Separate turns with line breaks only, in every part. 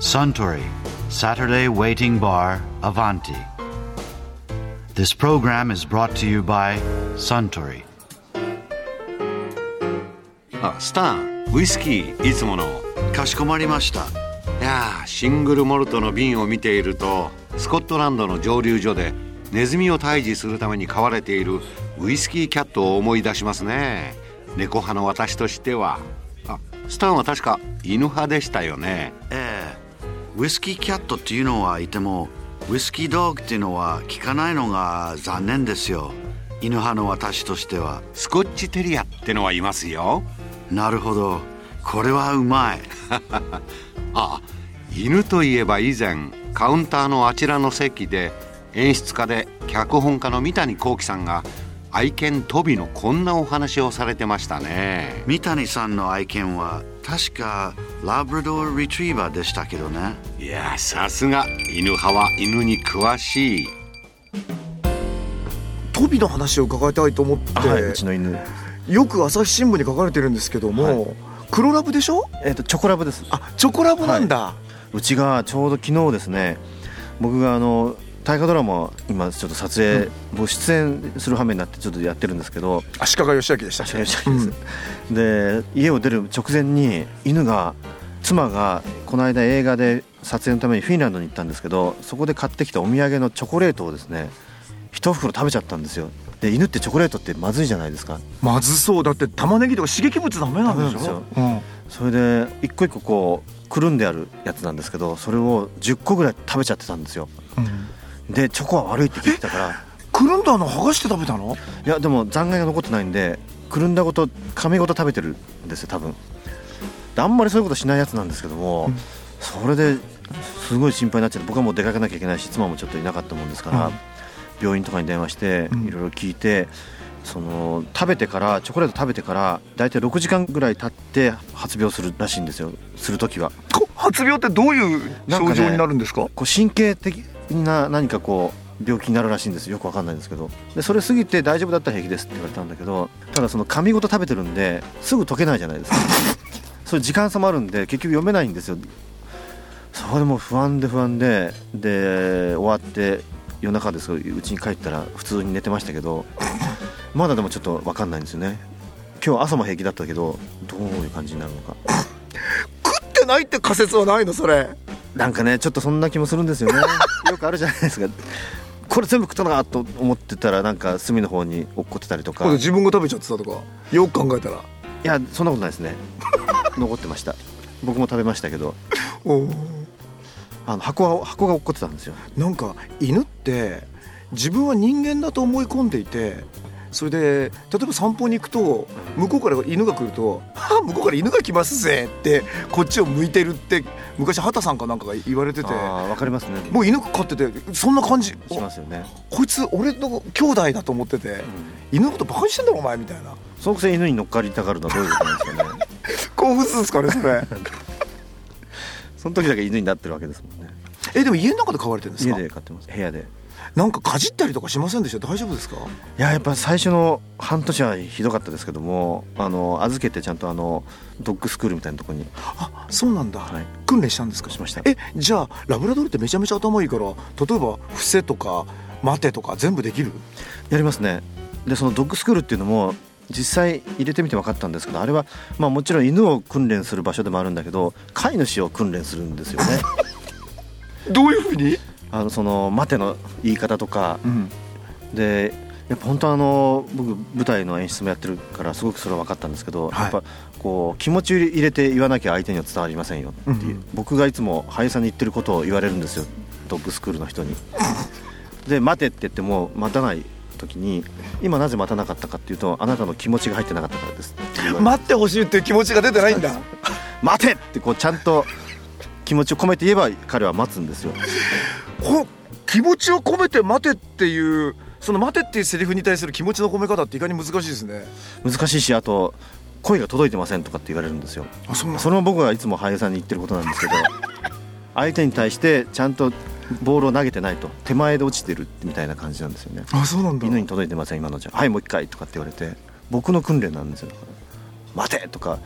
Suntory Saturday Waiting Bar Avanti. This program is brought to you by Suntory.
あスタンウイスキーいつもの
かしこまりました
いやーシングルモルトの瓶を見ているとスコットランドの蒸留所でネズミを退治するために飼われているウイスキーキャットを思い出しますね猫派の私としてはあスタンは確か犬派でしたよね
ええウイスキーキャットっていうのはいてもウイスキードッグっていうのは聞かないのが残念ですよ犬派の私としては
スコッチテリアってのはいますよ
なるほどこれはうまい
あ犬といえば以前カウンターのあちらの席で演出家で脚本家の三谷幸喜さんが愛犬トビのこんなお話をされてましたね
三谷さんの愛犬は確かラブラドーリトリーバーでしたけどね
いやさすが犬派は犬に詳しい
トビの話を伺いたいと思って、
はい、うちの犬。
よく朝日新聞に書かれてるんですけども、黒ラブでしょ
えっ、と、チョコラブです。
あチョコラブなんだ、
うちがちょうど昨日ですね。僕があの、大河ドラマ、今ちょっと撮影、もう出演する羽目になって、ちょっとやってるんですけど。
足利義明でした
確かに確かに です。で、家を出る直前に、犬が。妻がこの間映画で撮影のためにフィンランドに行ったんですけどそこで買ってきたお土産のチョコレートをですね一袋食べちゃったんですよで犬ってチョコレートってまずいじゃないですか
まずそうだって玉ねぎとか刺激物ダメなんでしょ
ダそれで一個一個こうくるんであるやつなんですけどそれを10個ぐらい食べちゃってたんですよ
うんうん
でチョコは悪いって聞いて たから
くるんだの剥がして食べたの
いやでも残骸が残ってないんでくるんだごと紙ごと食べてるんですよ多分であんまりそういうことしないやつなんですけども、
うん
それですごい心配になっちゃって僕はもう出かけなきゃいけないし妻もちょっといなかったもんですから、
うん
病院とかに電話して
うん
いろいろ聞いて、その食べてからチョコレート食べてから大体6時間ぐらい経って発病するらしいんですよする時は。
こ発病ってどういう
なん
症
かね
状になるんですか
こう神経的な何かこう病気になるらしいんですよくわかんないんですけどでそれ過ぎて大丈夫だったら平気ですって言われたんだけどただその紙ごと食べてるんですぐ溶けないじゃない ですかそれ時間差もあるんで結局読めないんですよそれも不安で不安でで終わって夜中ですけどうちに帰ったら普通に寝てましたけどまだでもちょっとわかんないんですよね今日朝も平気だったけどどういう感じになるのか
食ってないって仮説はないのそれ
なんかねちょっとそんな気もするんですよねよくあるじゃないですかこれ全部食ったなと思ってたらなんか隅の方に落っこってたりとかい
自分が食べちゃってたとかよく考えたら
やそんなことないですね残ってました僕も食べましたけど
おー
あの箱は箱が落っこってたんですよ
なんか犬って自分は人間だと思い込んでいてそれで例えば散歩に行くと向こうから犬が来ると「あ向こうから犬が来ますぜ」ってこっちを向いてるって昔畑さんかなんかが言われてて
あーわかりますね
もう犬飼っててそんな感じ
しますよね、
おこいつ俺の兄弟だと思ってて、
うん、
犬のことバカにしてんだろお前みたいな
そのくせ犬に乗っかりたがるのはどういうことなんですかね
興奮するんですかねそ れ
その時だけ犬になってるわけですもんね
えでも家の中で飼われてるんです
家
か
で飼ってます部屋で
なんかかじったりとかしませんでした大丈夫ですか
いややっぱ最初の半年はひどかったですけどもあの預けてちゃんとあのドッグスクールみたいなとこに
あそうなんだ、
はい
訓練したんですか
しました
えじゃあラブラドールってめちゃめちゃ頭いいから例えば伏せとか待てとか全部できる
やりますねでそのドッグスクールっていうのも実際入れてみて分かったんですけどあれはまあもちろん犬を訓練する場所でもあるんだけど飼い主を訓練するんですよね
どういうふうに、
あのその待ての言い方とか
うん、
でやっぱ本当あの僕舞台の演出もやってるからすごくそれは分かったんですけど、
はい
やっぱこう気持ち入れて言わなきゃ相手には伝わりませんよっていう、
うんうん
僕がいつも俳優さんに言ってることを言われるんですよドッグスクールの人に。で待てって言っても待たない時に今なぜ待たなかったかっていうとあなたの気持ちが入ってなかったからですって言われて
待ってほしいっていう気持ちが出てないんだ
待てってこうちゃんと気持ちを込めて言えば彼は待つんですよ。
こ気持ちを込めて待てっていうその待てっていうセリフに対する気持ちの込め方っていかに難しいですね
難しいしあと声が届いてませんとかって言われるんですよ。
あそう
それも僕がいつも俳優さんに言ってることなんですけど相手に対してちゃんとボールを投げてないと手前で落ちてるみたいな感じなんですよね
あそうなんだ
犬に届いてません今のじゃはいもう一回とかって言われて僕の訓練なんですよだから待てとか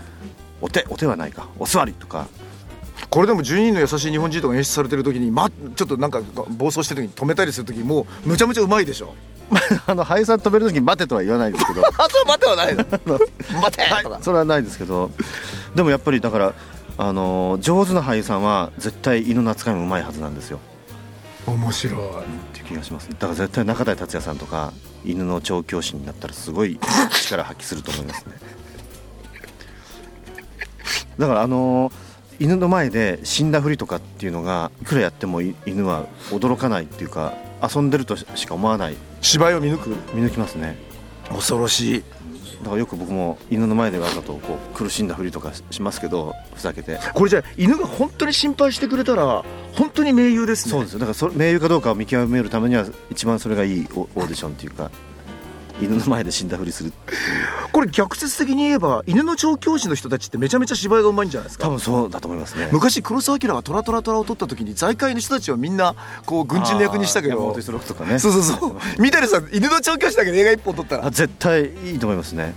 お手お手はないかお座りとか
これでも12人の優しい日本人とか演出されてる時に、ま、ちょっとなんか暴走してる時に止めたりする時もうむちゃむちゃうまいでしょ
あの俳優さん止める時に待てとは言わないですけ ど
あそう待ては ないの待てとか
それはないですけどでもやっぱりだからあの上手な俳優さんは絶対胃の扱いもうまいはずなんですよ
面白い
っていう気がしますだから絶対中谷達也さんとか犬の調教師になったらすごい力発揮すると思いますね だからあの犬の前で死んだふりとかっていうのがいくらやってもい犬は驚かないっていうか遊んでるとしか思わない
芝居を見抜く
見抜きますね
恐ろしい
だからよく僕も犬の前でわざとこう苦しんだふりとかしますけどふざけて
これじゃあ犬が本当に心配してくれたら本当に盟友ですね
そうですよだからそれ名優かどうかを見極めるためには一番それがいいオオーディションっていうか犬の前で死んだふりする
これ逆説的に言えば犬の調教師の人たちってめちゃめちゃ芝居がうまいんじゃないですか
多分そうだと思いますね
昔黒澤明が「トラトラトラ」を撮った時に財界の人たちはみんなこう軍人の役にしたけ
あー山
ど
本五十六とかね
そうそうそう三谷さん犬の調教師だけで映画一本撮った
あ
ら
絶対いいと思いますね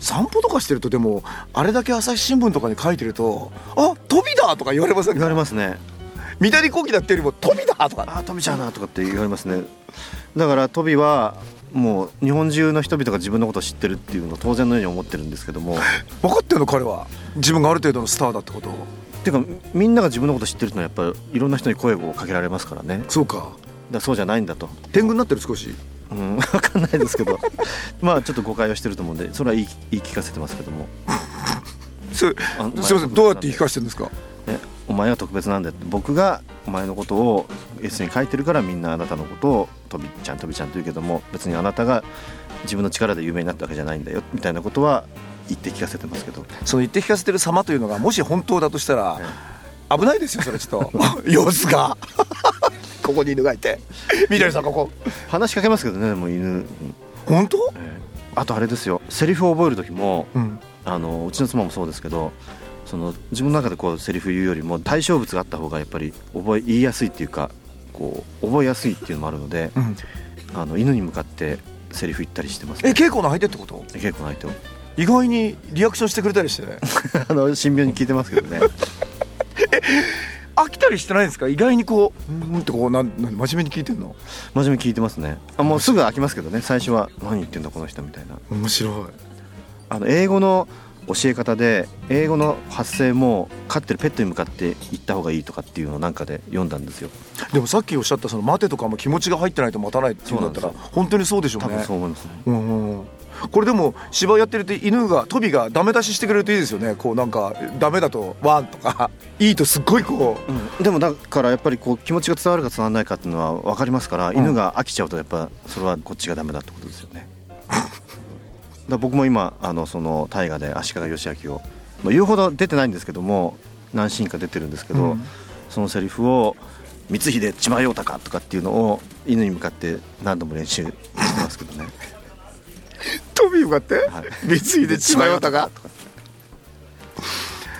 散歩とかしてるとでもあれだけ朝日新聞とかに書いてると「あ飛びだ!」とか言われません
言われ
か
ますね
三谷幸喜だってよりも「飛びだ!」とか
あートビちゃんなとかって言われますねだからトビはもう日本中の人々が自分のことを知ってるっていうのを当然のように思ってるんですけど もっ
分かってるの彼は自分がある程度のスターだってことを
ていうかみんなが自分のことを知ってるってのはやっぱりいろんな人に声をかけられますからねだか
そうから
そうじゃないんだと、
天狗になってる少し
うん、 分かんないで すけどまあちょっと誤解はしてると思うんでそれは言い言い聞かせてますけども
すすい
あ
ませんどうやって言い聞かせてるんですか
ね、お前は特別なんだよって僕がお前のことをエッセイに書いてるからみんなあなたのことをとびちゃんとびちゃんと言うけども別にあなたが自分の力で有名になったわけじゃないんだよみたいなことは言って聞かせてますけ ど
その言って聞かせてる様というのがもし本当だとしたら危ないですよそれちょっと 様子がここに犬がいて緑さんここ
話しかけますけどねでも犬に、
本当、
あとあれですよセリフを覚える時も
うん、
あのうちの妻もそうですけどその自分の中でこうセリフ言うよりも対象物があった方がやっぱり覚え言いやすいっていうかこう覚えやすいっていうのもあるので
うん、
あの犬に向かってセリフ言ったりしてます、
え
ね、
稽古の相手ってこと
結構ないと。
意外にリアクションしてくれたりしてね
あの神妙に聞いてますけどね。
飽きたりしてないんですか意外にこううんってこうなんなん真面目に聞いてんの
真面目に聞いてますね。あもうすぐ飽きますけどね。最初は何言ってんだこの人みたいな。
面白い
あの英語の教え方で英語の発声も飼ってるペットに向かって言った方がいいとかっていうのをなんかで読んだんですよ。
でもさっきおっしゃったその待てとかも気持ちが入ってないと待たないっていうんだったら
そうなん
本当にそうでしょうね
多分そう思いますね。
うんうんうんこれでも芝居やってると犬がトビがダメ出ししてくれるといいですよねこうなんかダメだとワンとか いいとすっごいこう
でもだからやっぱりこう気持ちが伝わるか伝わらないかっていうのは分かりますから、犬が飽きちゃうとやっぱそれはこっちがダメだってことですよね。だから僕も今あのその大河で足利義明を、まあ、言うほど出てないんですけども何シーンか出てるんですけど、
うん
そのセリフを「光秀千葉陽太か」とかっていうのを犬に向かって何度も練習してますけどね。
トビ向かって
はい
三井で血迷ったか
とか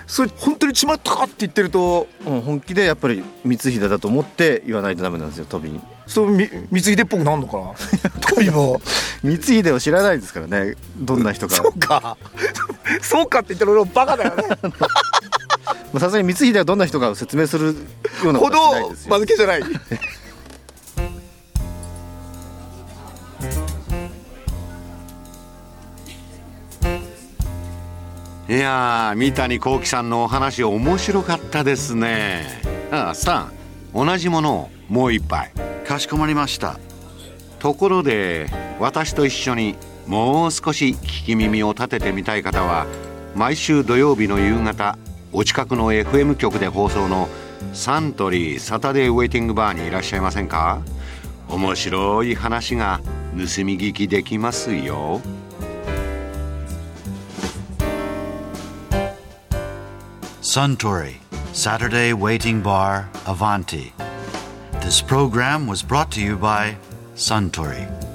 それ本当に血迷ったかって言ってると
うん本気でやっぱり光秀だと思って言わないとダメなんですよ飛びに。
そうみ三井でっぽくなんのかな トビも
光秀を知らないですからねどんな人か。
そうかそうかって言ったら俺もバカだ よね
まあさすがに光秀はどんな人かを説明するようなこ
ほ
とはしない
ど
です
間
よ。
抜けじゃない
いやー三谷幸喜さんのお話面白かったですねああスタン同じものをもう一杯
かしこまりました
ところで私と一緒にもう少し聞き耳を立ててみたい方は毎週土曜日の夕方お近くの FM 局で放送のサントリーサタデーウェイティングバーにいらっしゃいませんか面白い話が盗み聞きできますよ。
Suntory Saturday Waiting Bar Avanti This program was brought to you by Suntory